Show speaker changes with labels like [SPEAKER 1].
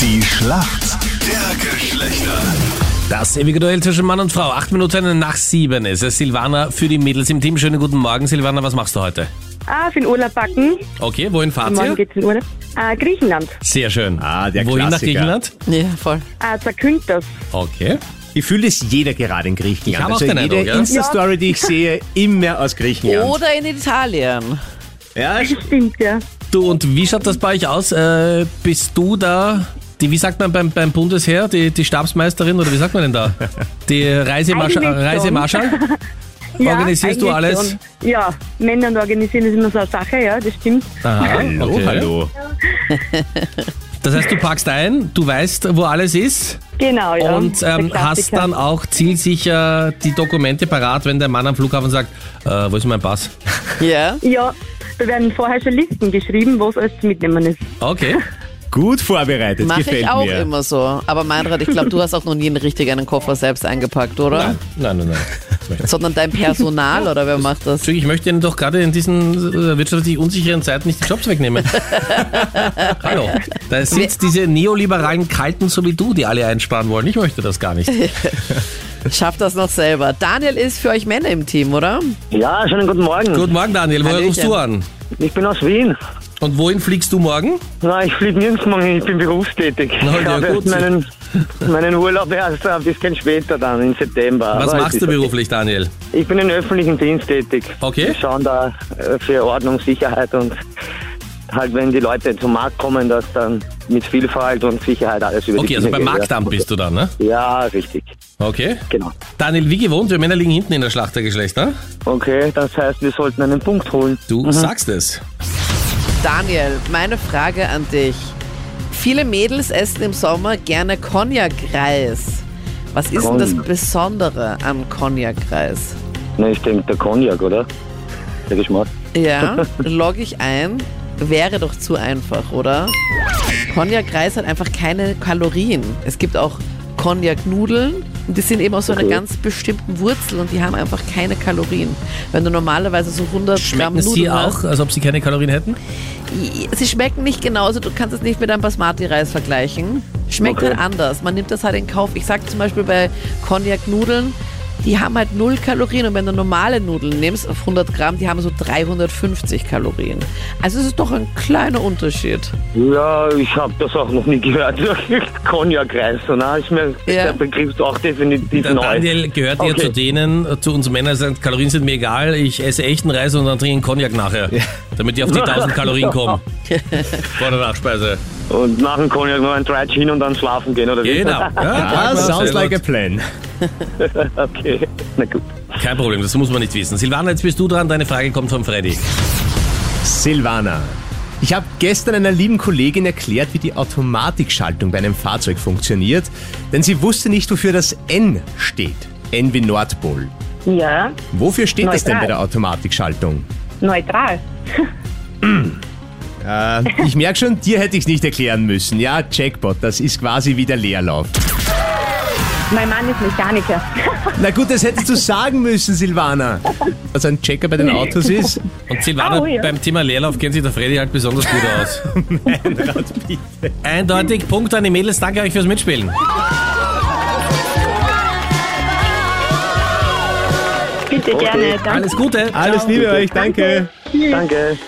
[SPEAKER 1] Die Schlacht der Geschlechter.
[SPEAKER 2] Das ewige Duell zwischen Mann und Frau. Acht Minuten nach sieben ist es. Silvana für die Mädels im Team. Schönen guten Morgen. Silvana, was machst du heute?
[SPEAKER 3] Ah, für den Urlaub backen.
[SPEAKER 2] Okay, wohin fahrt
[SPEAKER 3] Morgen
[SPEAKER 2] ihr?
[SPEAKER 3] geht's in Urlaub. Ah, Griechenland.
[SPEAKER 2] Sehr schön.
[SPEAKER 4] Ah, der
[SPEAKER 2] Wohin nach
[SPEAKER 4] Klassiker.
[SPEAKER 2] Griechenland?
[SPEAKER 5] Ja, voll.
[SPEAKER 3] Ah, Zakynthos.
[SPEAKER 2] Okay.
[SPEAKER 4] Ich fühle es jeder gerade in Griechenland.
[SPEAKER 2] Ich hab auch
[SPEAKER 4] also
[SPEAKER 2] den
[SPEAKER 4] jede
[SPEAKER 2] Eindruck, ja. Oh.
[SPEAKER 4] Insta-Story, die ich sehe, immer aus Griechenland.
[SPEAKER 5] Oder in Italien.
[SPEAKER 4] Ja, also,
[SPEAKER 3] Stimmt, ja.
[SPEAKER 2] Du, und wie schaut das bei euch aus? Äh, bist du da, die, wie sagt man beim, beim Bundesheer, die, die Stabsmeisterin oder wie sagt man denn da? Die Reisemarsch
[SPEAKER 3] Eigentlich schon.
[SPEAKER 2] Reisemarschall?
[SPEAKER 3] ja
[SPEAKER 2] Organisierst du
[SPEAKER 3] eigentlich
[SPEAKER 2] alles?
[SPEAKER 3] Schon. Ja, Männern organisieren ist immer so eine Sache, ja, das stimmt.
[SPEAKER 2] Aha,
[SPEAKER 4] hallo,
[SPEAKER 2] okay.
[SPEAKER 4] hallo.
[SPEAKER 2] Das heißt, du packst ein, du weißt, wo alles ist
[SPEAKER 3] Genau, ja.
[SPEAKER 2] und ähm,
[SPEAKER 3] Der
[SPEAKER 2] hast
[SPEAKER 3] Klassiker.
[SPEAKER 2] dann auch zielsicher die Dokumente parat, wenn der Mann am Flughafen sagt, äh, wo ist mein Pass?
[SPEAKER 5] Ja.
[SPEAKER 3] Ja, da werden vorher schon Listen geschrieben, wo es alles zu mitnehmen ist.
[SPEAKER 2] Okay.
[SPEAKER 4] Gut vorbereitet,
[SPEAKER 5] Mache
[SPEAKER 4] gefällt
[SPEAKER 5] ich auch
[SPEAKER 4] mir.
[SPEAKER 5] immer so. Aber Meinrad, ich glaube, du hast auch noch nie einen richtig einen Koffer selbst eingepackt, oder?
[SPEAKER 2] Nein, nein, nein.
[SPEAKER 5] Sondern dein Personal, oder wer macht das?
[SPEAKER 2] Entschuldigung, ich möchte Ihnen doch gerade in diesen äh, wirtschaftlich unsicheren Zeiten nicht die Jobs wegnehmen. Hallo, da sind diese neoliberalen Kalten so wie du, die alle einsparen wollen. Ich möchte das gar nicht.
[SPEAKER 5] Schafft das noch selber. Daniel ist für euch Männer im Team, oder?
[SPEAKER 6] Ja, schönen guten Morgen.
[SPEAKER 2] Guten Morgen, Daniel. Woher
[SPEAKER 5] Hallöchen.
[SPEAKER 2] rufst du an?
[SPEAKER 6] Ich bin aus Wien.
[SPEAKER 2] Und wohin fliegst du morgen?
[SPEAKER 6] Nein, ich fliege nirgends morgen, hin, ich bin berufstätig.
[SPEAKER 2] Na,
[SPEAKER 6] ich
[SPEAKER 2] ja,
[SPEAKER 6] habe
[SPEAKER 2] gut.
[SPEAKER 6] erst meinen, meinen Urlaub erst ein bisschen später dann, im September.
[SPEAKER 2] Was
[SPEAKER 6] Aber
[SPEAKER 2] machst
[SPEAKER 6] es
[SPEAKER 2] du
[SPEAKER 6] ist-
[SPEAKER 2] beruflich, Daniel?
[SPEAKER 6] Ich bin im öffentlichen Dienst tätig.
[SPEAKER 2] Okay.
[SPEAKER 6] Wir schauen da äh, für Ordnung, Sicherheit und halt, wenn die Leute zum Markt kommen, dass dann mit Vielfalt und Sicherheit alles über die
[SPEAKER 2] Okay, also
[SPEAKER 6] Bühne
[SPEAKER 2] beim
[SPEAKER 6] geht, ja.
[SPEAKER 2] Marktamt bist du dann, ne?
[SPEAKER 6] Ja, richtig.
[SPEAKER 2] Okay.
[SPEAKER 6] Genau.
[SPEAKER 2] Daniel, wie gewohnt, wir Männer liegen hinten in der ne? Schlacht der Geschlechter.
[SPEAKER 6] Okay, das heißt, wir sollten einen Punkt holen.
[SPEAKER 2] Du sagst es.
[SPEAKER 5] Daniel, meine Frage an dich. Viele Mädels essen im Sommer gerne Cognac-Reis. Was ist denn das
[SPEAKER 6] Cognac.
[SPEAKER 5] Besondere am Cognac-Reis?
[SPEAKER 6] Na, ich denke, der Cognac, oder? Der Geschmack.
[SPEAKER 5] Ja, logge ich ein. Wäre doch zu einfach, oder? Cognac-Reis hat einfach keine Kalorien. Es gibt auch Cognac-Nudeln und die sind eben aus so einer
[SPEAKER 6] Okay.
[SPEAKER 5] ganz bestimmten Wurzel und die haben einfach keine Kalorien. Wenn du normalerweise so 100 Gramm
[SPEAKER 2] Schmecken
[SPEAKER 5] Nudeln
[SPEAKER 2] sie auch,
[SPEAKER 5] hast,
[SPEAKER 2] als ob sie keine Kalorien hätten?
[SPEAKER 5] Sie schmecken nicht genauso, du kannst es nicht mit einem Basmati-Reis vergleichen. Schmeckt
[SPEAKER 6] Okay.
[SPEAKER 5] halt anders. Man nimmt das halt in Kauf. Ich sag zum Beispiel bei Cognac-Nudeln, die haben halt null Kalorien und wenn du normale Nudeln nimmst auf 100 Gramm, die haben so 350 Kalorien. Also es ist doch ein kleiner Unterschied.
[SPEAKER 6] Ja, ich habe das auch noch nie gehört. Cognac-Reis, so, na, ne? ist mir
[SPEAKER 5] Ja.
[SPEAKER 6] der Begriff auch definitiv
[SPEAKER 2] Der
[SPEAKER 6] neu.
[SPEAKER 2] Daniel gehört ja
[SPEAKER 6] Okay.
[SPEAKER 2] zu denen, äh, zu uns Männern, die sagen, Kalorien sind mir egal, ich esse echten Reis und dann trinke einen Cognac nachher, damit die auf die 1000 Kalorien kommen. Vor der Nachspeise.
[SPEAKER 6] Und nach dem Cognac noch ein Dry Gin und dann schlafen gehen, oder wie?
[SPEAKER 2] Genau. Ja,
[SPEAKER 4] Ah,
[SPEAKER 2] sehr
[SPEAKER 4] sounds
[SPEAKER 2] gut.
[SPEAKER 4] like a plan.
[SPEAKER 6] Okay, na gut.
[SPEAKER 2] Kein Problem, das muss man nicht wissen. Silvana, jetzt bist du dran, deine Frage kommt von Freddy.
[SPEAKER 4] Silvana. Ich habe gestern einer lieben Kollegin erklärt, wie die Automatikschaltung bei einem Fahrzeug funktioniert, denn sie wusste nicht, wofür das N steht. N wie Nordpol.
[SPEAKER 3] Ja,
[SPEAKER 4] Wofür steht das denn bei
[SPEAKER 3] Neutral.
[SPEAKER 4] der Automatikschaltung?
[SPEAKER 3] neutral.
[SPEAKER 4] Äh, ich merke schon, dir hätte ich nicht erklären müssen. Ja, Jackpot, das ist quasi wie der Leerlauf.
[SPEAKER 3] Mein Mann ist Mechaniker.
[SPEAKER 4] Na gut, das hättest du sagen müssen, Silvana. Was ein Checker bei den Autos ist.
[SPEAKER 2] Und Silvana,
[SPEAKER 3] Au, ja.
[SPEAKER 2] beim Thema Leerlauf kennt sich der Freddy halt besonders gut aus. Eindeutig, Punkt an die Mädels, danke euch fürs Mitspielen.
[SPEAKER 3] Bitte gerne. Danke.
[SPEAKER 2] Alles Gute.
[SPEAKER 4] Alles Liebe euch, danke.
[SPEAKER 6] Danke.